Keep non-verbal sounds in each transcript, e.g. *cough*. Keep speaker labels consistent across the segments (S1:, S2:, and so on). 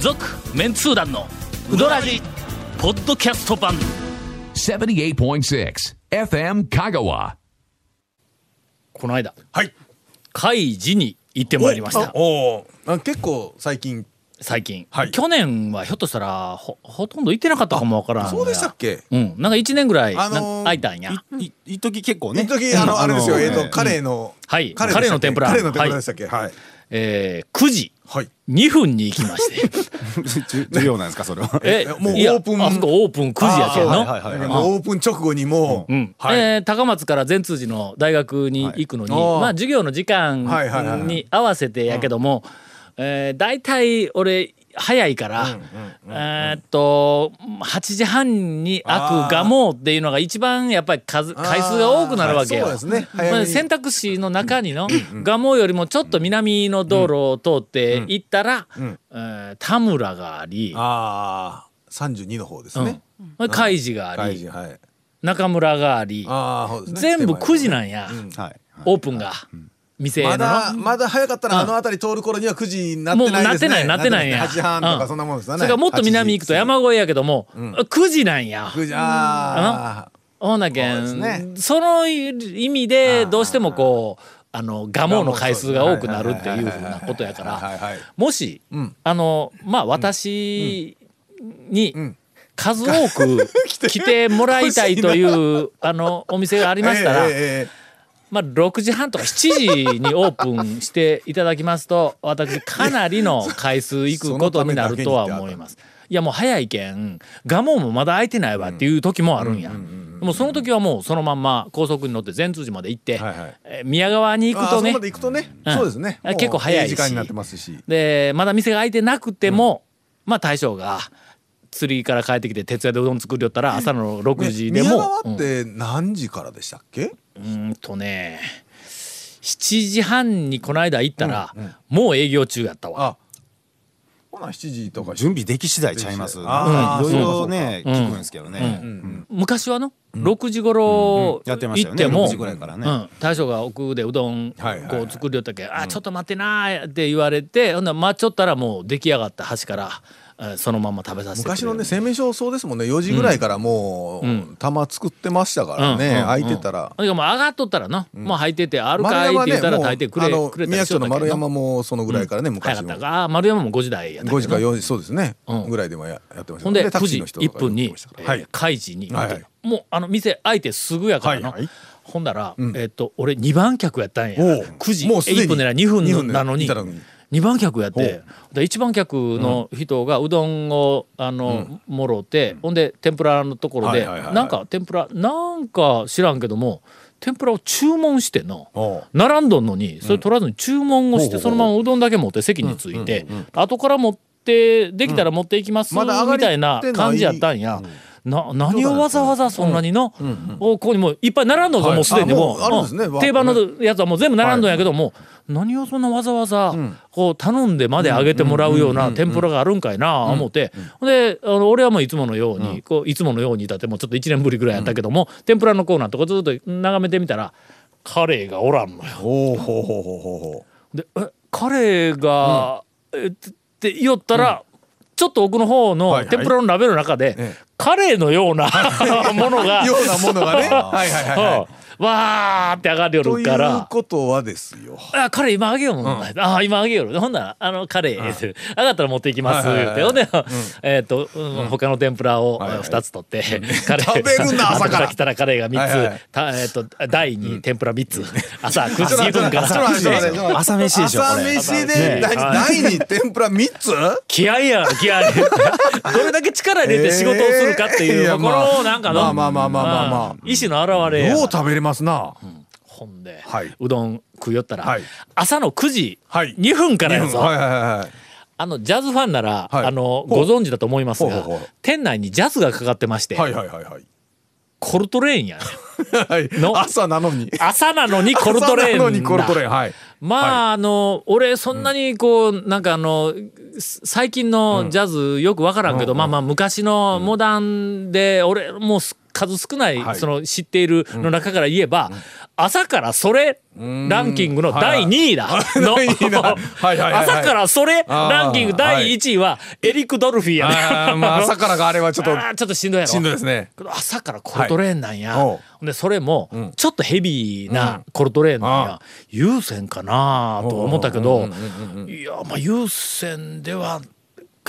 S1: 続メンツー団のウドラジポッドキャスト版
S2: 78.6 FM Kagawa.
S1: この間
S3: はい。
S1: 海事に行ってまいりました
S3: おお。あ結構最近。
S1: 最近、
S3: はい
S1: 去年はひょっとしたらほほとんど行ってなかったかもわからんが
S3: そうでしたっけ
S1: うんなんか一年ぐらい
S3: あ
S1: なん
S3: のー
S1: か空いたんや、
S4: いい一時結構ね
S3: 一時
S4: *laughs*
S3: あのあれですよ。えっとカレーの。
S1: はい
S3: カレー
S1: カレーの天ぷら
S3: カレーの天ぷらでしたっけ。はい。
S1: えー、9時
S3: はい。
S1: 2分に行きまして
S4: じゅ重要なんですかそれは
S1: *laughs* え
S3: もう
S1: いや
S3: オープン
S1: あそこオープン9時やけどの、
S4: あーはいはいはい
S3: だけどオープン直後にもう。
S1: うん
S3: はい。
S1: えー高松から善通寺の大学に行くのに、
S3: はいあー
S1: まあ授業の時間
S3: はいはいはいはい
S1: に合わせてやけども、えー大体俺早いから、えーっと8時半に開くがもうっていうのが一番やっぱり数
S3: あー
S1: 回数が多くなるわけよ。
S3: はいそうですね
S1: まあ
S3: 早めに
S1: 選択肢の中にの蒲生よりもちょっと南の道路を通って行ったら、えー田村があり、
S3: ああ三十二の方です
S1: うん
S3: ね。
S1: 海事があ
S3: 大
S1: り
S3: 臣はい。
S1: 中村があり
S3: ああそうですね。
S1: 全部
S3: 手前
S1: 9時なんや。
S4: はい
S1: オープンが店の
S3: まだ
S1: の
S3: まだ早かったらあの辺り通る頃には9時になってないです
S1: も
S3: ね。
S1: うなってないなってないんや
S3: 8時半と
S1: うん
S3: かそんなもんですよ
S1: そ
S3: ね。
S1: れからもっと南行くと山越えやけども9時なんや
S3: 8時。あ
S1: ほんなけ
S3: そうんですね
S1: その意味でどうしてもこうあの蒲生の回数が多くなるっていうふうなことやか
S3: あ。は
S1: ら
S3: いはい。
S1: もし
S3: ん
S1: あのまあ私に
S3: ん
S1: 数多く来てもらいたいと
S3: *laughs*
S1: いうあのお店がありましたら
S3: ええええええ
S1: まあ、6時半とか7時にオープンしていただきますと *laughs* 私かなり
S3: *laughs*
S1: の回数行くことになるとは思います。いやもう早いけん蒲生もまだ空いてないわっていう時もあるんや。もうその時はもうそのまんま高速に乗って善通寺まで行って、
S3: はいはい
S1: えー宮川に行く
S3: あ
S1: と
S3: そこ
S1: ね
S3: まで行くとね、
S1: うん
S3: そうですね
S1: あ結構早いし
S3: もう時間になってますし
S1: でまだ店が開いてなくても、まあ大将が釣りから帰ってきて徹夜でうどん作りよったら朝の6時で
S3: ね宮
S1: も、
S3: 川って何時からでしたっけ、
S1: うーんとね7時半にこの間行ったら、もう営業中やったわ
S3: あほな7時とか
S4: 準備でき次第ちゃいます
S3: あ
S4: い
S3: ー
S4: ろいろね
S1: うか
S4: 聞くんですけどねうん
S1: 昔はの、6時頃
S4: やってまし
S1: 行
S4: たよ
S1: っ
S4: ね
S1: ても、
S4: 6時ぐらいからね
S1: うん大将が奥でうどん
S3: はいはい
S1: こ
S3: は
S1: う
S3: い
S1: 作りよったけ、あちょっと待ってなーって言われて、ほんなら待っちょったらもう出来上がった端から、えーそのまま食べさせてくれ
S3: 昔
S1: る
S3: のね生命証そうですもんね4時ぐらいからもう、玉作ってましたからね、
S1: うんうん
S3: 空いてたら、
S1: ほんでもう上がっとったらな、もう入っててあるかい
S3: 丸
S1: って言っ
S3: 山ね
S1: たら
S3: もう
S1: 炊いてくれ,、
S3: あの
S1: くれたり
S3: 宮
S1: しよ
S3: 城
S1: った
S3: の
S1: けど
S3: 丸山もそのぐらいからね、
S1: 早か
S3: 昔
S1: った
S3: も
S1: かあー丸山も5時台やったけど
S3: 5
S1: な
S3: 時から4時そうですね、
S1: うん
S3: ぐらいでもややってました
S1: ほんで
S3: タ
S1: 9
S3: クシー
S1: 時
S3: の人とか
S1: 1分に
S3: 乗ってましたからはい
S1: えー開示に
S3: はいはい
S1: もうあの店開いてすぐやからな
S3: はいはい
S1: ほんだらえっと俺2番客やったんや
S3: おう
S1: 9時
S3: もうすでに
S1: 1分なら2分なのに
S3: 二分でいたのに
S1: 2番客やってで1番客の人がうどんをあのもろてほんで天ぷらのところで
S3: はいはいはいはい
S1: なんか天ぷらなんか知らんけども天ぷらを注文しての
S3: おう
S1: 並んどんのにそれ取らずに注文をしてそのままうどんだけ持って席に着いて後から持ってできたら持っていきます
S3: まだ上が
S1: み
S3: り
S1: たいな感じやったんや。な何をわざわざそんなにの、おここにもういっぱい並んどんぞ、
S3: はい
S1: もうすでにもう
S3: あもうあるんですね
S1: うん
S3: わ
S1: 定番のやつはもう全部並んどんやけども、何をそんなわざわざこう頼んでまで揚げてもらうような天ぷらがあるんかいな思って、ほんであの俺はもういつものように、こういつものようにだってもうちょっと1年ぶりぐらいやったけども、天ぷらのコーナーとかずっと眺めてみたらカレーがおらんのよ。
S3: おうほうほうほうほうほう
S1: で「え彼が、えってって言おったら、ちょっと奥の方
S3: はい
S1: の
S3: はい
S1: 天ぷらの鍋の中で、
S3: ええ
S1: カレーのよう
S3: *laughs*
S1: なものが
S3: ようなものが
S1: *laughs*
S3: ねはいはいはい、はい
S1: うんわーって上がる
S3: と
S1: よ
S3: い
S1: か
S3: う
S1: ら。
S3: ことはですよ。
S1: あ彼今あげようもん、あ今あげようほんならあのカレー、上がったら持っていきます、
S3: はいはいはい
S1: 言うてほんで、えっ、と、うん他の天ぷらを
S3: はいはい
S1: 2つ取 *laughs* って、カレー
S3: 食べるな朝から
S1: 後来来たらカレーが3つ、
S3: はいはい
S1: たえっ、と第2天ぷら3つ、朝9時2分から
S3: *laughs* ちょっと待ってちょっと待って
S4: 朝飯でしょこ
S3: 朝
S4: れ
S3: 飯
S4: ね
S3: で第第二 *laughs* 天ぷら三つ？
S1: *laughs* 気合や気合 *laughs* どれだけ力入れて仕事をするかっていう、
S3: えーいや
S1: まあこのなんかの、
S3: まあまあまあまあまあまあ
S1: うん意思の表れや
S3: よう食べれますな。
S1: ほんで、
S3: はいう
S1: どん食いよったら、
S3: はい
S1: 朝の9時
S3: はい
S1: 2分からやぞ、
S3: はいはいはいはい。
S1: あのジャズファンなら、
S3: はい
S1: あの
S3: ほ
S1: ご
S3: う
S1: 存知だと思いますが
S3: ほうほうほう
S1: 店内にジャズがかかってまして、
S3: はいはいはいはい。
S1: コルトレーンやね
S3: はい
S1: の
S3: 朝なのに。
S1: 朝なのにコルトレーン
S3: 朝なのにコルトレーン。はい。
S1: まあ、あの俺そんなにこう、なんかあのす最近のジャズよくわからんけど、まあまあ昔のモダンで俺もうすっ数少ない、その知っているの中から言えば、朝からそれランキングの第2位だ。の
S3: 第
S1: *laughs*
S3: 二位だはいはいはいはい
S1: 朝からそれランキング第1位はエリック・ドルフィーやね。
S3: あーまあ朝からがあれはちょっと
S1: あーちょっとしんどいやろ
S3: しんどいですね。
S1: 朝からコルトレーンなんや、
S3: はいおう
S1: ほんでそれもちょっとヘビーなコルトレーンなんや、優先かなと思ったけどいやまあ優先では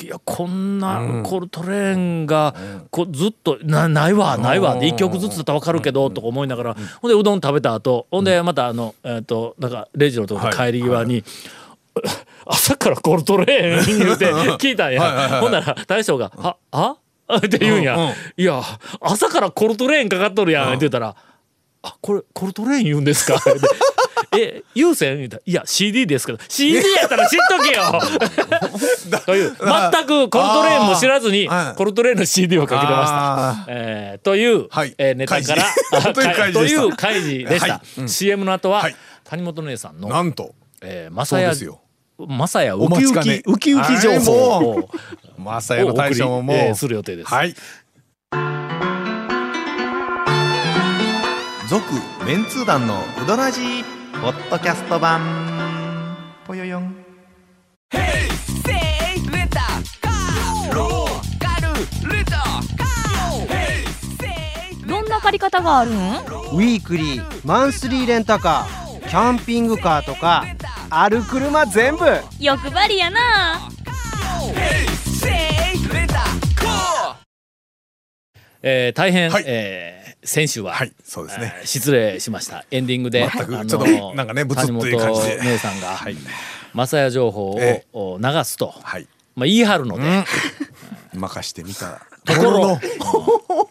S1: いやこんなコルトレーンがこうずっとなないわないわで1曲ずつだったら分かるけどとか思いながらほんでうどん食べた後ほんでまたあのえっとなんかレジのとこ帰り際に。 *laughs* 朝からコルトレーン言うて聞いたんや。ほんなら大将が、は、あって言うんや。いや、朝からコルトレーンかかっとるやんって言ったら、あ、これ、コルトレーン言うんですかえ、優先言うたらいや、CD ですけど、CD やったら知っとけよ
S3: *laughs*
S1: という、全くコルトレーンも知らずに
S3: あーは、い
S1: コルトレーンの CD をかけてました。
S3: あ
S1: えーという、
S3: はい
S1: えーネタから *laughs*
S3: 開示という開示
S1: という開示で
S3: でした
S1: した
S3: はい
S1: CM の後は、
S3: はい
S1: 谷本姉さん
S3: ー
S1: の
S3: なんと
S1: 「えー、マ
S3: そ
S1: サ
S3: う
S1: ヤ
S3: ですよ」
S1: マサヤウ
S3: お
S1: キ
S3: 待
S1: ウ
S3: ちかね
S1: キウキウキ情報をを
S3: まさや
S1: お
S3: の
S1: 送
S3: 大
S1: り、え
S3: 将ももう、
S1: ーする予定です。
S3: はい
S5: 続メンツー団のウドラジーポッドキャスト版ぽよよん
S6: どんな借り方があるん
S7: ウィークリーマンスリーレンタカーキャンピングカーとかある車全部
S6: 欲張りやな
S1: えー大変、
S3: はい
S1: えー先週は、
S3: はいそうですね
S1: えー失礼しましたエンディングで
S3: 全く
S1: あの
S3: ちょっとなんかねぶつっという感じで
S1: 谷本姉さんが、マサヤ情報を、
S3: ええ
S1: お流すと、
S3: はい
S1: まあ、言い張るので、
S3: 任してみたところの *laughs*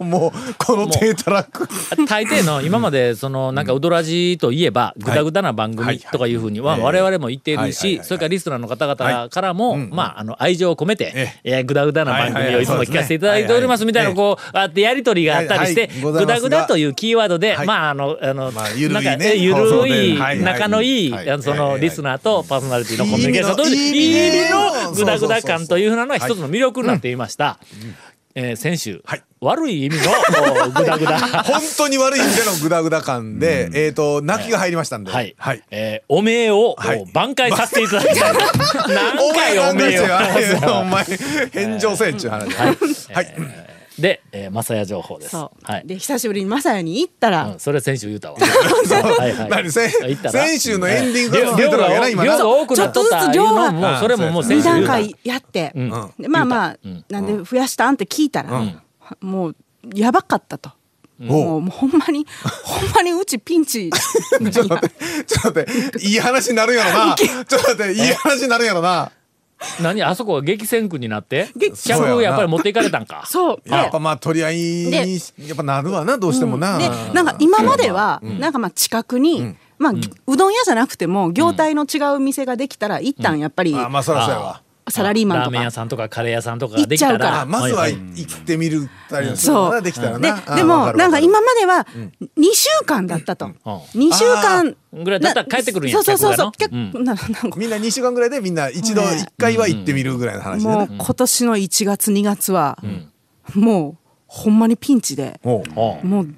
S3: もうこの低たらく
S1: 大抵の今までそのなんかウドラジといえばグダグダな番組とかいうふうには
S3: はい
S1: 我々も言ってい
S3: は
S1: る
S3: いはいはい
S1: し
S3: はい
S1: それからリスナーの方々からも
S3: んうん
S1: まああの愛情を込めて
S3: え
S1: えーグダグダな番組をいつも聞かせていただいておりますみたいな
S3: はい
S1: こうあってやり取りがあったりして
S3: はいはいござ
S1: グ
S3: います
S1: ダ
S3: が
S1: グダというキーワードで
S3: はい
S1: まああのあの
S3: まあ緩いね
S1: なんかえー
S3: 放送
S1: 緩
S3: で
S1: い
S3: はいはい
S1: 仲のいい
S3: はい
S1: あのそ
S3: はい
S1: の
S3: はい
S1: リスナーとパーソナリティのコミュニケーションという
S3: いい
S1: い
S3: 意味の
S1: い意味のグダグダ感というふうなのは
S3: そ
S1: 一
S3: うそうそうそう
S1: つの魅力になっていました。えー先週、
S3: はい
S1: 悪い意味のおグダグダ
S3: *laughs* 本当に悪い意味でのグダグダ感で、えっ、と泣きが入りましたんで、
S1: はい。
S3: はい。
S1: えーおめえを、
S3: はい
S1: お挽回させていただ
S3: *laughs*
S1: きたい。何回おめえを。
S3: お前返上せんちゅう話。はい。はい。
S1: で、えー、マサヤ情報です。
S8: そう、
S1: はい。
S8: で久しぶりにマサヤに行ったら、
S1: うん、それ先週言う
S3: *laughs*
S1: たわ。はいはい
S3: 何せ
S1: 言ったら
S3: 先週のエンディングから
S1: はい
S3: 出てるわけやな
S1: 量
S3: 今
S1: が
S3: な
S1: 量が多くなっとった
S8: ちょっとずつ量が
S1: いうのももうそれももう先週
S8: 2
S1: 言
S8: 段
S1: うた。
S8: 階やって、
S1: ん
S8: でまあまあ、なんで増やしたんって聞いたら、もうやばかったと。もうもうほんま
S3: *laughs*
S8: にほんまにうちピンチ
S3: ちょっと待って、ちょっと待って、いい話になるんやろな。ちょっと待って、いい話になるんやろな。
S1: 何あそこが激戦区になって
S8: 激
S1: 客をやっぱり持っていかれたんか。
S8: そうで
S3: やっぱまあ取り合いにやっぱなるわなどうしてもな。
S8: でなんか今までは、なんかまあ近くに、まあ、うどん屋じゃなくても業態の違う店ができたら一旦やっぱり、
S3: あまあそらそうやわ。
S8: サラリーマン
S1: ラ
S8: と
S1: ーメン屋
S8: か
S1: さんとかカレー屋さんとかができた。
S8: 行っちゃうからら
S3: あまずはい
S1: い
S3: 行ってみるたりする
S8: そ
S3: な
S8: う
S3: できたら
S8: で
S3: な。あ
S8: で
S3: わ
S8: も
S3: かる
S8: なんか今
S3: わ
S8: までは2週間だったと、2週間
S1: ーぐらいだったら帰ってくるんや
S8: なそうそうそうそう
S1: 客がな
S8: 結構ななん
S3: か
S8: か
S3: るみんな2週間ぐらいでみんな一度一回は行ってみるぐらいの話で
S8: もう
S3: ね。
S8: 今年の1月2月は、もうほんまにピンチで、
S3: もう
S1: うん
S8: もう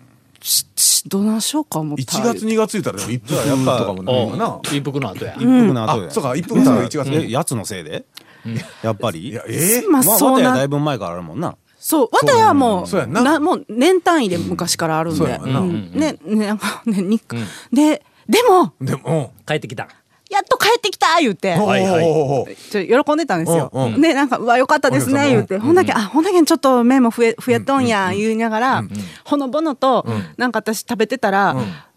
S8: ししどなしようか思っ
S3: 1
S8: た
S3: 月2月言ったらでも一服とかもなる
S1: う
S3: わ
S1: ん
S3: な。
S1: 一服の後や。
S4: 服の後
S3: あ
S4: で
S3: そうか一服とか1月
S4: え
S3: に。
S4: やつのせいでやっぱり
S3: いや
S4: ま
S3: え
S8: まあ
S4: あ
S8: そ
S4: 綿
S8: う
S4: やだ
S8: ない
S4: ぶ前からあるもんな
S8: そうわたやはも
S3: そうや
S8: うん
S3: な
S8: もう年単位で昔からあるん
S3: そう
S8: で
S3: やわな
S8: うんねねなんかねにででも
S3: ーでも。
S1: 帰ってきた。
S8: やっと帰ってきた言うて
S3: うん
S1: はいはい
S3: おー
S8: ちょっと喜んでたんですよ。
S3: うんうん
S8: ねなんか「うわよかったですね」言うてほんだけ「あほんだけちょっと目も増え増えとんや」言いながらほのぼのとなんか私食べてたら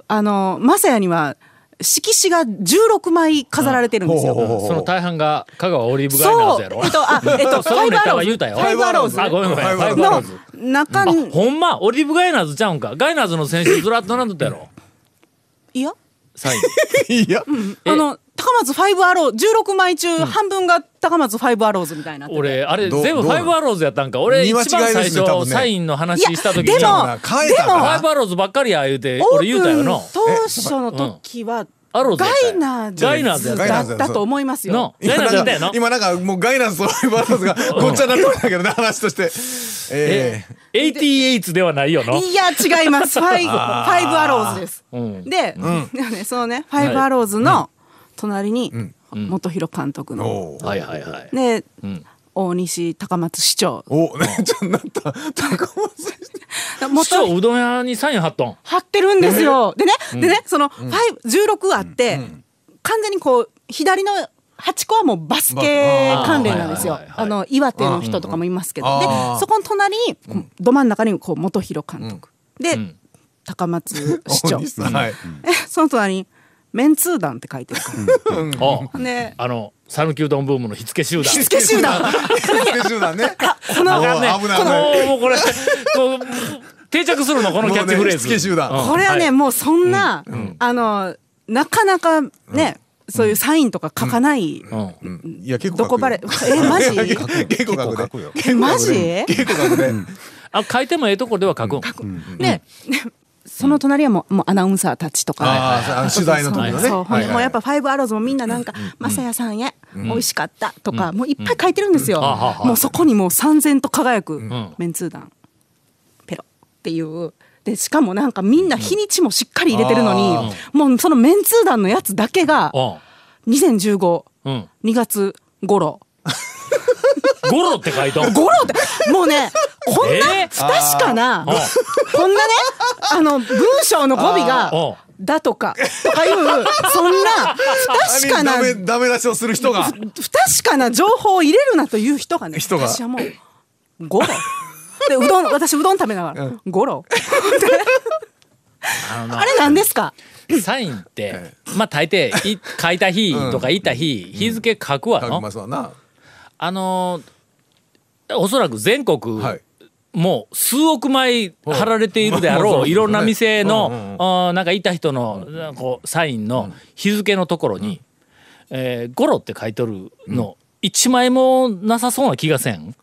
S8: あのマサヤには色紙が16枚飾られてるんです
S3: ほうほうほ
S8: よ。
S3: う
S1: その大半が香川オリーブガイナー
S8: そ
S1: ズ
S8: う
S1: やろ。
S8: えっとあえっとフ
S1: その
S8: ァ
S1: ネ
S8: イブア
S1: タ
S8: ロ
S1: は
S8: ー
S1: 言う
S8: ズ
S1: たよ
S8: ファイブアローズ
S1: あごめんごめん
S3: ファイブアローズ
S8: の中に
S1: ほんまオリーブガイナーズちゃうんかガイナーズの選手ずらっと並んどったやろ
S8: いや
S1: サイン
S3: いや。
S8: あの高松ファイブアロー16枚中半分が高松ファイブアローズみたいになってて
S1: 俺あれ
S3: どう
S1: 全部
S3: ど
S1: フ
S3: うな
S1: ァ
S3: の
S1: イブアローズやったんか俺一
S3: 見間
S1: 番
S3: 違い
S1: 最
S3: ですね多
S1: 初
S3: 分ね
S1: サインの話した時
S8: いや
S1: に
S8: で
S1: フ
S8: も
S3: 変えた
S1: ァ
S3: か
S1: イブアローズばっかりや言うて
S8: オ
S1: 俺言うたよ
S8: ープ
S1: な
S8: ン当初の時は
S1: あろう
S8: ガ
S1: 絶対
S8: イナーズ
S1: ガイナーズやった
S3: ガイナーズ
S8: だったと思いますよ。
S1: のガ
S3: 今
S1: イナーズやっ
S3: なん
S1: たや
S3: か
S1: な
S3: 今なんかもうガイナンスとオイバランスがごっちゃになってるんだけどね話としてえ
S1: え88ではないよの
S8: いや違
S1: *laughs*
S8: いますファイファイブアローズです、
S1: うん
S8: で、ねそのねファイブアローズの隣に、元弘監督
S3: え
S8: の、
S3: おー
S1: はいはいはい
S8: で、
S1: ん
S8: 大西高松市長
S3: おねちょっとなった高松
S1: 市長うどん屋にサイン貼っとん
S8: 張ってるんですよ、でね、でねそのファイブ16あって、完全にこう左の8個はもうバスケ関連なんですよ
S1: あーはいはいはい
S8: あの岩手の人とかもいますけど、
S3: うん
S8: で
S3: あー
S8: そこの隣にこうど真ん中にこう元弘監督、で、
S1: ん
S8: 高松市
S3: 大 *laughs*
S8: 長
S3: 西
S8: *laughs*
S3: さんはい
S8: えその隣に「メンツー団」って書いてるから
S1: あ
S8: ほんで
S1: あの讃岐うどんブームの火付け集団
S8: 火付け集団
S3: スケジュールね
S8: この
S3: も
S1: *laughs*
S3: う
S8: こ
S3: 危ない危な
S1: もう
S3: い
S1: もうこれこう定着するのこのキャッチフレーズ
S3: もうね火付け集団
S1: うん
S8: れはね、
S1: い
S8: もうそんな、あのなかなかね、そういうサインとか書かない、
S1: うん
S3: うんいや結構
S8: どこバレえマジ
S3: 結構
S4: 結構
S3: 書
S4: 書
S3: く
S4: く
S3: よ
S4: よ
S8: えマジ、
S3: 結構書くね
S1: あ書いてもええとこでは書くん
S8: ねその隣はもうもうアナウンサーたちとか。
S3: あーあの取材の時のね
S8: そうそうほ
S3: はい
S8: んで
S3: はい
S8: もうやっぱ「ファイブアローズもみんななんか「まさやさんへ美味しかった」とかもういっぱい書いてるんですよ
S1: んあはは
S8: もうそこにもう三千と輝くメンツー団ペロっていうでしかもなんかみんな日にちもしっかり入れてるのにもうそのメンツー団のやつだけが
S1: う
S8: 20152
S1: んうん
S8: 月頃
S1: ゴロって書いとん
S8: ゴロってもうねこん
S1: え
S8: な
S1: ー
S8: 不確かな、
S1: うん
S8: *laughs* こんなねあの文章の語尾が
S1: うん
S8: 「だ」とかとかいうそんな不確かな
S3: ダメダメ出しをする人が
S8: 不確かな情報を入れるなという人がね
S3: 人が
S8: 私はもう「ゴロ」でうどん私うどん食べながら「
S3: *laughs*
S8: ゴロ」
S1: あのな
S8: あれ何ですか
S1: サインってまあ大抵い書いた日とかいた日日付書くわ
S3: 書き
S1: の
S3: ますわな
S1: あのーおそらく全国
S3: はい
S1: もう数億枚貼られているであ
S3: うんまあま
S1: ろう
S3: あそうです
S1: い
S3: ね
S1: ろんな店
S3: うんう
S1: の
S3: ん
S1: あーなんかいた人のなんかこうサインの日付のところに「えーゴロ」って書いとるの一枚もなさそうな気がせん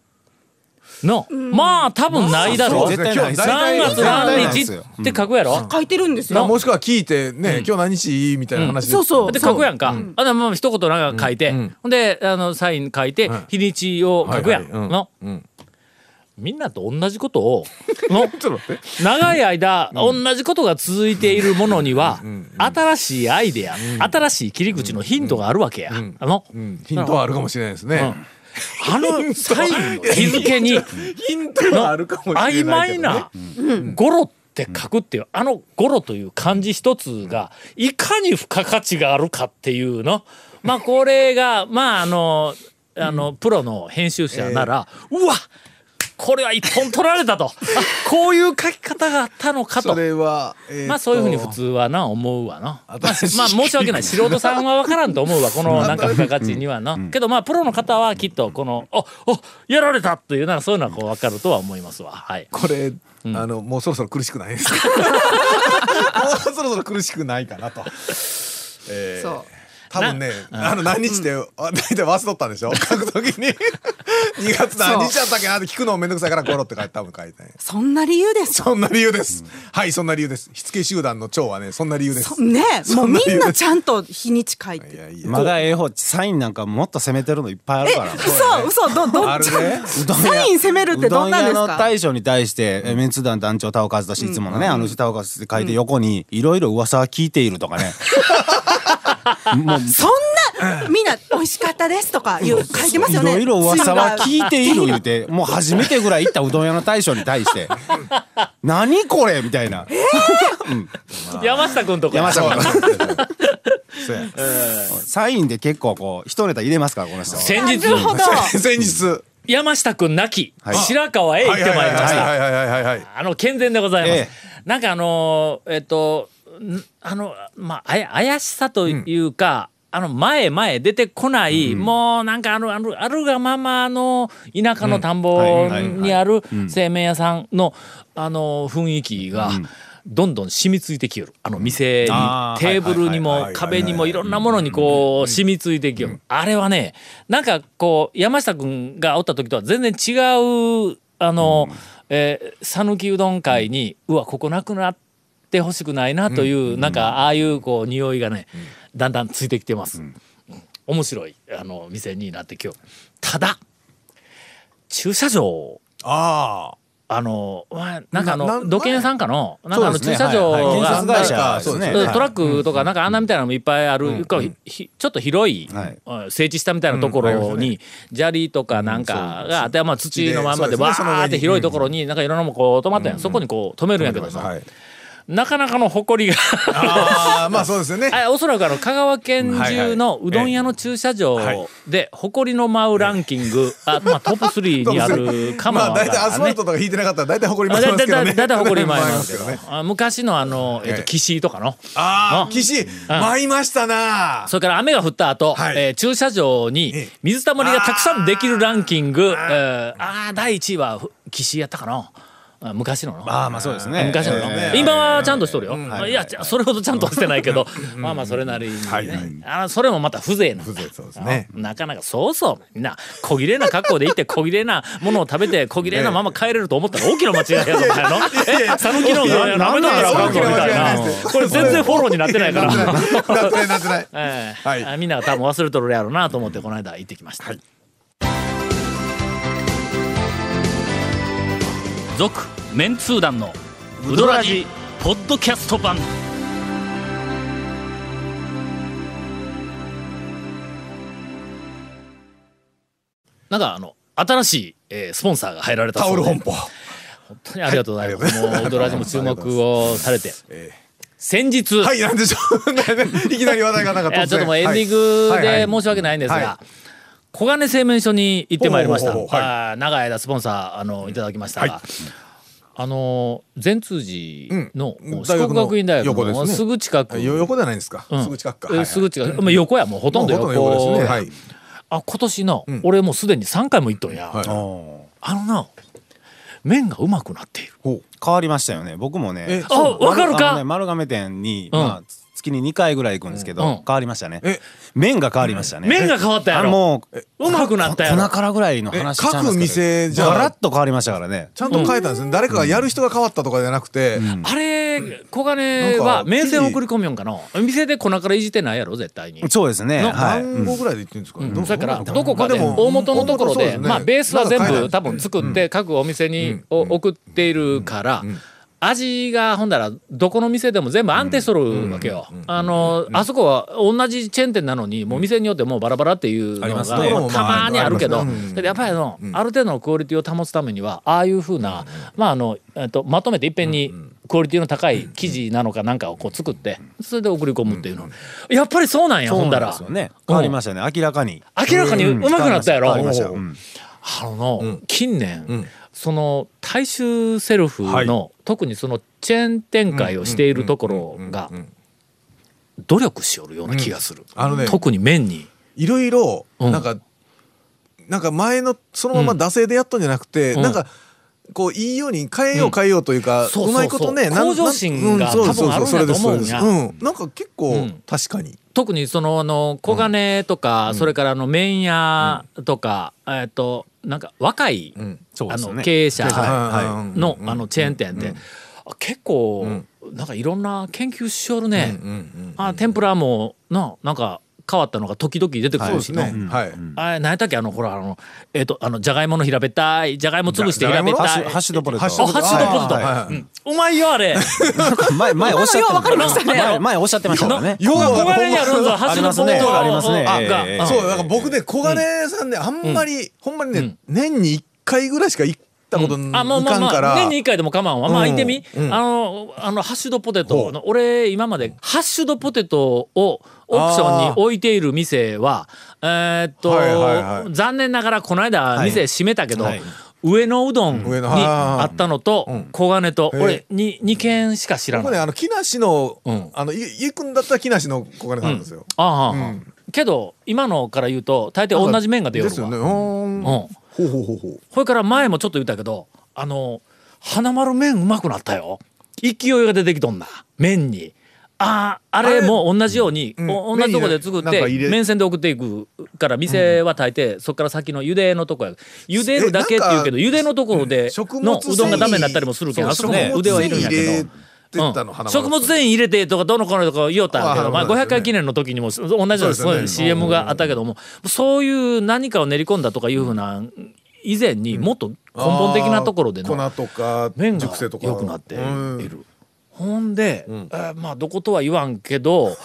S1: のまあ多分ないだろ
S3: そう
S1: う
S3: で
S1: 3
S3: すね今日大体
S1: 月何日
S4: うん
S1: って書くやろ
S8: 書いてるんです
S3: まあ
S8: よ。
S3: もしくは聞いてね今日何日みたいな話で
S8: そうそう
S1: で書くやんか、あでまあ一言なんか書いて、
S3: ん
S1: ほんであのサイン書いて、
S3: はい
S1: 日にちを書くやん、
S3: はいはいうん
S1: の、
S3: うん
S1: みんなと同じことをの
S3: ちょっと待って
S1: 長い間、同じことが続いているものには、新しいアイデア、新しい切り口のヒントがあるわけや、あの、
S3: うんヒントはあるかもしれないですね
S1: あのサインの日付に
S3: *laughs* ヒントはあるかもしれないけ
S1: 曖
S3: どね
S1: 昧なゴロって書くっていう、あのゴロという漢字一つがいかに付加価値があるかっていうのまあこれがまああのあのプロの編集者なら、うわこれは一本取られた
S3: *laughs*
S1: とあこういう書き方があったのかと
S3: それはえーっと
S1: まあそういうふうに普通はな思うわな。まあ
S3: 新しい
S1: 申し訳ない素人さんは分からんと思うわこのなんか付加価値にはな。けどまあプロの方はきっとこの「ああやられた!」っていうなそういうのはこう分かるとは思いますわ。はい、
S3: これ、あのもうそろそろ苦しくないです *laughs* かもうそろそろ苦しくないかなと。えー
S8: そう
S3: 多分ね、あの何日で、あ大体忘れとったんで *laughs* しょ書くときに2月何日やったっけなって聞くのもめんどくさいからゴロって書いて多分書いてない
S8: そんな理由です
S3: そんな理由です、はいそんな理由です火付け集団の長はねそんな理由です
S8: そねも
S3: そ
S8: うん
S3: な
S8: み
S3: 理由
S8: んな
S3: です
S8: ちゃんと日にち書いて
S3: い
S8: る。
S3: やいや
S4: まだええ方サインなんかもっと攻めてるのいっぱいあるから
S8: 嘘嘘どど
S3: あ
S8: っ
S3: る
S8: ち
S3: ね
S4: うどん屋
S8: サイン攻めるってどんなんですか
S4: うどん屋の大将に対して、えメンツ団団長田岡和だし、いつものね、あの人田岡和って書いて横に、いろいろ噂は聞いているとかね。もう、
S8: そんなみんな美味しかったですとかいう書いてます
S4: い
S8: よね。
S4: ろいろ噂は聞いている言う
S8: る。
S4: て、もう初めてぐらい行ったうどん屋の大将に対
S8: *laughs*
S4: して、何これみたいな。
S1: 山下君とか
S4: 山下君。
S8: *laughs*
S3: そうや
S4: サインで結構こう、一ネタ入れますから、この人は。
S1: 先日
S8: なるほど。
S3: *laughs* 先日
S1: 山下君亡き
S4: はい
S1: 白川へ行ってまいりまし
S3: は
S1: た。
S3: いはいはいはいはいはい
S1: あの健全でございます。
S4: え
S1: なんかあのーえっとんあのまああや怪しさというか、あの前前出てこない、もうなんかあのあのあるがままの田舎の田んぼ
S4: うんはいはいはい
S1: にある製麺屋さんのあの雰囲気が。どんどん染みついてきよるあの店にテ
S4: あー
S1: ーブルに
S3: はいはい
S1: も
S3: はい
S1: 壁にもいろんなものにこう染みついてきよるあれはねなんかこう山下君がおった時とは全然違うあの讃岐、えー讃岐うどん会にうわここなくなっってほしくないなという、なんかああいうこう匂いがね、だんだんついてきてます、面白いあの店になって今日ただ駐車場
S3: ああ
S1: あのわなんかあ
S3: な
S1: の
S3: な
S1: 土建さんかのなんかあの
S4: そうです
S1: 駐
S4: ね
S1: 車場
S4: はいはい
S1: が
S4: 建設会社ですね
S1: うん
S4: はい
S1: トラックとかなんか穴みたいなのもいっぱいある、こうひちょっと広い、
S4: はい
S1: うん整地したみたいなところに砂利とかなんかがあって、まあ、土のまんまで
S3: そうですね
S1: わ
S3: その上に
S1: ーって広いところになんかいろんなもんこう止まってん、そこにこう止めるんやけどさ、なかなかの埃が
S3: ああまあそうですよ
S1: *laughs*
S3: ね
S1: あおそらくあの香川県中のうどん屋の駐車場で埃の舞うランキング、あまあ、トップ3にあるかも
S3: ま
S1: わから
S3: あ大
S1: ん
S3: 体アスファルトとか引いてなかったら大体埃ります
S1: だ
S3: け
S1: だ
S3: ど
S1: だ
S3: ね
S1: だだ誇り前なん
S3: ま
S1: ですすけ
S3: けど
S1: ど
S3: ね
S1: あ昔のあの、えっ
S3: え
S1: と、
S3: え
S1: 岸井とかの
S3: ああ
S1: うん
S3: 岸舞いましたな
S1: それから雨が降った後、
S3: はい
S1: えー駐車場に
S3: ええ
S1: 水たまりがたくさんできるランキング、えーああ第1位はふ岸井やったかなあ昔のの
S4: ああまあそうですね
S1: 昔のの、
S4: ええ
S1: 今はちゃんとしとるよ、、
S4: はいい
S1: やじゃあそれほどちゃんとはしてないけど、まあまあそれなりに、ね
S3: はいはい
S1: あそれもまた風情なんだ
S3: 風情そうですね
S1: あなかなかそうそうみんな小切れな格好で行って小切れなものを食べて小切れなまま帰れると思ったら大きな間違いやぞみたいなえ讃岐のなめながら
S3: 大
S1: 格
S3: き
S1: 好み
S3: な間
S1: た
S3: 違いないい
S1: な
S3: です
S1: これ全然フォローになってないか
S3: な
S1: ら。
S3: ってないなってないなって
S1: *laughs*
S3: ない
S1: ええ
S3: はい
S1: あみんなが多分忘れとるやろうなと思ってこの間行ってきました「続、メンツー団のウドラジポッドキャスト版」なんかあの新しい、えースポンサーが入られた
S3: タ
S1: そ
S3: オ
S1: う
S3: ル
S1: で
S3: 本舗
S1: 本当にありがとうございます、
S3: はいありがとうござい
S1: もう
S3: ます
S1: ウドラジも注目をされて、
S3: え
S1: 先日、
S3: はいなんでしょう *laughs* いきなり話題がなんか
S1: いや
S3: 突
S1: ちょっともうエンディン
S3: は
S1: グ
S3: いはい
S1: で
S3: はい
S1: 申し訳ないんですが、
S3: は
S1: 小金製麺所に行ってまいりました。
S3: ほうほうほうほうは
S1: あー長い間スポンサーあのいただきましたが、
S3: はい
S1: あの善通寺の
S3: うん
S1: 四国学院大学
S3: 大学の横
S1: の
S3: ですね
S1: すぐ近く、
S3: よ横じゃないですか
S1: うん
S3: すぐ近く
S1: え
S3: か
S1: すぐ近く、まあ横やもうほ
S3: ほ
S1: とんど横
S3: 横ですねはい
S1: あ今年の、
S3: ん
S1: 俺もうすでに3回も行っとんや、
S3: はい
S1: あのな麺がうまくなっている。
S3: ほう
S4: 変わりましたよね僕もね
S3: え
S1: あわかる
S4: あの
S1: か
S4: ね、丸亀店に、
S1: うん
S4: まあ、月に2回ぐらい行くんですけど、
S1: うん
S4: 変わりましたね
S3: え
S4: 麺が変わりましたね
S1: 麺が変わったや
S4: あ
S1: ろ
S4: もう
S1: うまくなったやろ
S4: 粉からぐらいの話
S3: え
S4: ちゃいますけど
S3: 各店じゃあ
S4: ガラッと変わりましたからね
S3: ちゃんと変えたんですね誰かがやる人が変わったとかじゃなくて
S1: あれ小金は名船送り込みよんかの店で粉からいじってないやろ絶対に。
S4: そうですね
S1: の
S4: はい、
S3: 何合ぐらいで言ってるんですかねどう
S1: だから
S3: どうな
S1: ど
S3: の
S1: こかで
S3: まあも
S1: 大元のところ
S3: そう
S1: です
S3: ね
S1: まあベースは全
S3: まだ変えな
S1: 部
S3: い
S1: 多分作って各お店にお送っているから味がほんだらどこの店でも全部安定しとるわけよ。あのあそこは同じチェーン店なのにもう店によってもうバラバラっていうの
S3: あり
S1: が
S3: ます
S1: た
S3: ね
S1: まにあるけど
S3: まあありますねうん
S1: でやっぱりあのある程度のクオリティを保つためにはああいうふうなまああのえっとまとめていっぺんにクオリティの高い生地なのかなんかをこう作ってそれで送り込むっていうのやっぱりそうなんや
S4: そ
S1: ほ
S4: うん
S1: だ
S4: なん
S1: ら
S4: ですよね変わりましたね明らかに
S1: 明らかにうまくなったやろ。
S4: 変わりました変わりました
S1: あの、
S3: うん
S1: 近年、
S3: うん
S1: その大衆セルフの、
S3: はい
S1: 特にそのチェーン展開をしているところが
S3: うんうんうん
S1: 努力しよるような気がする、
S3: あのね
S1: 特に麺に
S3: いろいろ
S1: うん
S3: なんかなんか前のそのまま惰性でやったんじゃなくて
S1: うん
S3: なんかこういいように変えよう変えようというか
S1: そうそうそう
S3: うまいことねなん
S1: 向上心が
S3: なんうんそうそう
S1: 多分あるんや
S3: それです
S1: と思う
S3: そ
S1: ん
S3: れ
S1: や
S3: ですうんなんか結
S1: う
S3: 構
S1: ん
S3: 確かに
S1: 特にそのあの小金とか、それからあの麺屋とか、えっとなんか若い、
S3: うん
S4: そう
S1: あ
S4: ですよ
S1: の
S4: ね
S1: 経営者
S3: はいはい
S1: の
S3: うん
S1: あのチェーン店で、あ結構、なんかいろんな研究しよるね、
S3: うんうん
S1: あ天ぷらもななんか変わったのが時々出てく
S3: そう
S1: る
S3: で
S1: し
S3: す
S1: な
S3: ねはい
S1: あれ何やったっけあのほらあのえっ、とあのじゃがいもの平べったいじゃがいも潰して平べっ
S3: じゃ
S1: た
S4: ハ
S1: い
S4: ッシュハッシュドポテト
S3: ハッシュド
S1: あハ
S3: ポテト
S1: ッシュドポテト
S4: はいはい
S3: は
S1: う
S3: い
S1: んうまいよあれ
S4: 前前おっしゃって
S1: かりましたね
S4: 前前おっしゃってましたからね
S3: よう
S1: 小金にあるんぞハッシュドポテトが
S4: ありますね
S1: あ
S4: ありますね
S1: が
S4: ええ
S1: あ
S3: *laughs* そうだから僕ね小金さんねあんまりほんまにね年に一回ぐらいしか行ったこといか
S1: あまあ
S3: ん
S1: まあ
S3: か
S1: まあ
S3: ら
S1: 年に1回でも構わんわまあ
S3: うん
S1: 行ってみ、
S3: うん
S1: あのあのハッシュドポテト
S3: ほ
S1: の俺今までハッシュドポテトをオプションに置いている店はえーっと、
S3: はいはいはい
S1: 残念ながらこの間店閉めたけど、
S4: はい
S1: 上野うどんに
S3: 上野はい
S1: あったのと
S3: ん
S1: 小金と
S3: へえ
S1: 俺に2軒しか知ら
S3: 僕
S1: ない
S3: ね。あの木梨の
S1: うん
S3: あのい行くんだったら木梨の小金さんなんですよ
S1: ああ、はあ
S3: うん
S1: けど今のから言うと大抵同じ面が出よる
S3: です
S1: わ
S3: よね。う
S1: うん、
S3: んほ
S1: ほ
S3: うほうほうほう。
S1: れから前もちょっと言ったけどあの花丸麺うまくなったよ勢いが出てきとんな麺にあああれも同じように、
S3: うん
S1: お同じとこで作っ
S3: 麺になんか入
S1: て
S3: れ
S1: 麺線で送っていくから店は大抵、そっから先の茹でのとこや茹でるだけって言うけど
S3: え
S1: 茹でのところで
S3: 食物
S1: のうどんがダメになったりもするけどあそ
S3: 繊
S1: こ
S3: 維
S1: も
S3: そう
S1: 腕はいるんやけど
S3: 食物繊維入れって言ったの、花丸
S1: 食物繊維入れてとかどうのこうのとか言おったけ
S3: あ
S1: ど、まあ、
S3: 花丸ですね
S1: 500回記念の時にも同じような
S3: そうです
S1: そう
S3: よね
S1: いう CM があったけどもそういう何かを練り込んだとかいうふうな以前にもっと根本的なところでの
S3: あー粉とか
S1: 麺が
S3: 熟成とか
S1: 良くなっている、
S3: うん
S1: ほんで、えーまあどことは言わんけど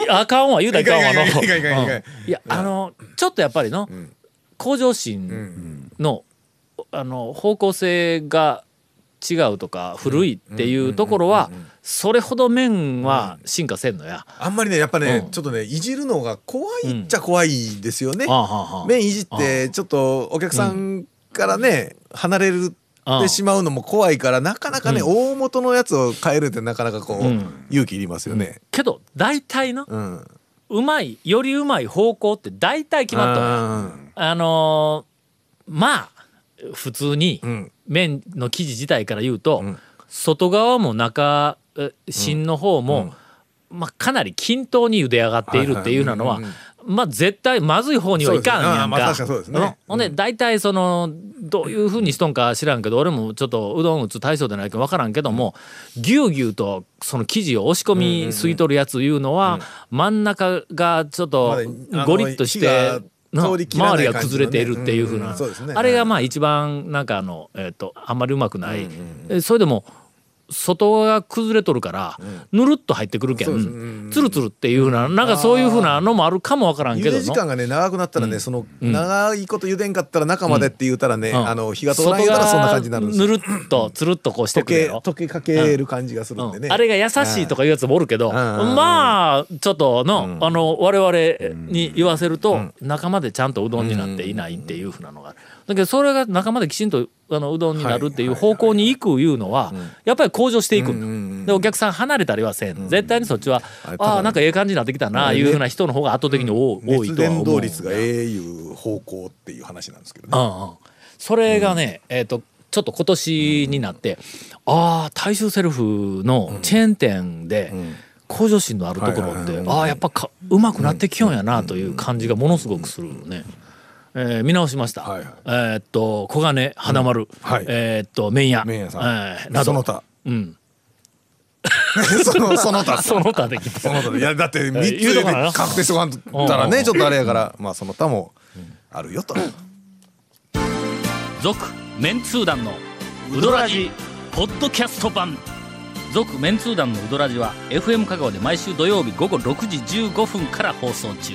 S1: いやあかんわ言うたらいかんわの
S3: いかんいかんいかんいかんいかんいかん
S1: うんいやあのちょっとやっぱりの、向上心の,、あの方向性が違うとか古いっていうところはそれほど麺は進化せんのや。
S3: あんまりねやっぱね、
S1: うん
S3: ちょっとねいじるのが怖いっちゃ怖いですよね、
S1: ああはあはあ
S3: 麺いじってちょっとお客さんからね、離れるってしまうのも怖いからなかなかね、
S1: う
S3: 大元のやつを変えるってなかなかこう、
S1: うん
S3: 勇気いりますよね。
S1: けど大体の
S3: うん
S1: うまいよりうまい方向って大体決まったのよあのーまあ普通に
S3: ん
S1: 麺の生地自体から言うと、
S3: ん
S1: 外側も中え芯の方も、まあ、かなり均等に茹で上がっているっていうなのは、
S3: はいはい
S1: まあ絶対まずい方にはいかんやんか。
S3: そうですねあーまあ確かにそうですね
S1: んほんで大体そのどういうふうにしとんか知らんけど俺もちょっとうどん打つ大将でないか分からんけどもぎゅうぎゅうとその生地を押し込み吸い取るやついうのは真ん中がちょっと
S3: まだ
S1: ゴリッとし
S3: 火
S1: て
S3: が。通り切らない
S1: 周りが崩れているっていうふう
S3: うんう
S1: なん
S3: そうですね
S1: あれがまあ一番なんかあの、えっとあんまりうまくない、えそれでも外側が崩れとるから、ぬるっと入ってくるけん、
S3: そうですうん
S1: つるつるっていうふうななんかそういうふうなのもあるかもわからんけ
S3: 茹
S1: ど
S3: で時
S1: の。
S3: 間がね長くなったらね、その
S1: ん
S3: 長いこと茹でんかったら中までって言うたらね、
S1: うん
S3: あの火が通らんからそんな感じになるんですよ。
S1: 外側ぬるっとつるっとこうして
S3: 溶
S1: くれ
S3: け
S1: よ。
S3: 溶けかける感じがするんでね。
S1: うんあれが優しいとかいうやつもおるけど、
S3: ん
S1: まあちょっとの、あの我々に言わせると、仲間でちゃんとうどんになっていないっていうふうなのがあるだけどそれが仲間できちんとあのうどんになるっていう方向に行くいうのは、やっぱり向上していくんだ、でお客さん離れたりはせん、絶対にそっちは、
S3: れ
S1: ああなんかええ感じになってきたないうふうな人の方が圧倒的に多,、多い
S3: 熱
S1: とは
S3: 伝
S1: 思う
S3: 導率がええいう方向っていう話なんですけど
S1: う
S3: ね。
S1: んうん、それがね、えっ、とちょっと今年になって、ああ大衆セルフのチェーン店で向上心のあるところって、ああやっぱかうまくなってきよんやなという感じがものすごくするね。えー見直しました、
S3: はいはい
S1: えーっと小金花丸、
S3: はい
S1: えーっと麺屋
S3: 麺屋さん
S1: えーなど
S3: その他、
S1: うん、
S3: *laughs* そのその
S1: *laughs*
S3: 他、
S1: その他できた
S3: その他でいやだって三つ
S1: 言う
S3: で
S1: とこなの
S3: 確定しておかんとったら
S1: うんうん
S3: ねちょっとあれやからまあその他もある
S1: *laughs*
S3: よと。
S1: 続メンツー団のウドラジポッドキャスト版続メンツー団のウドラジは FM 香川で毎週土曜日午後6時15分から放送中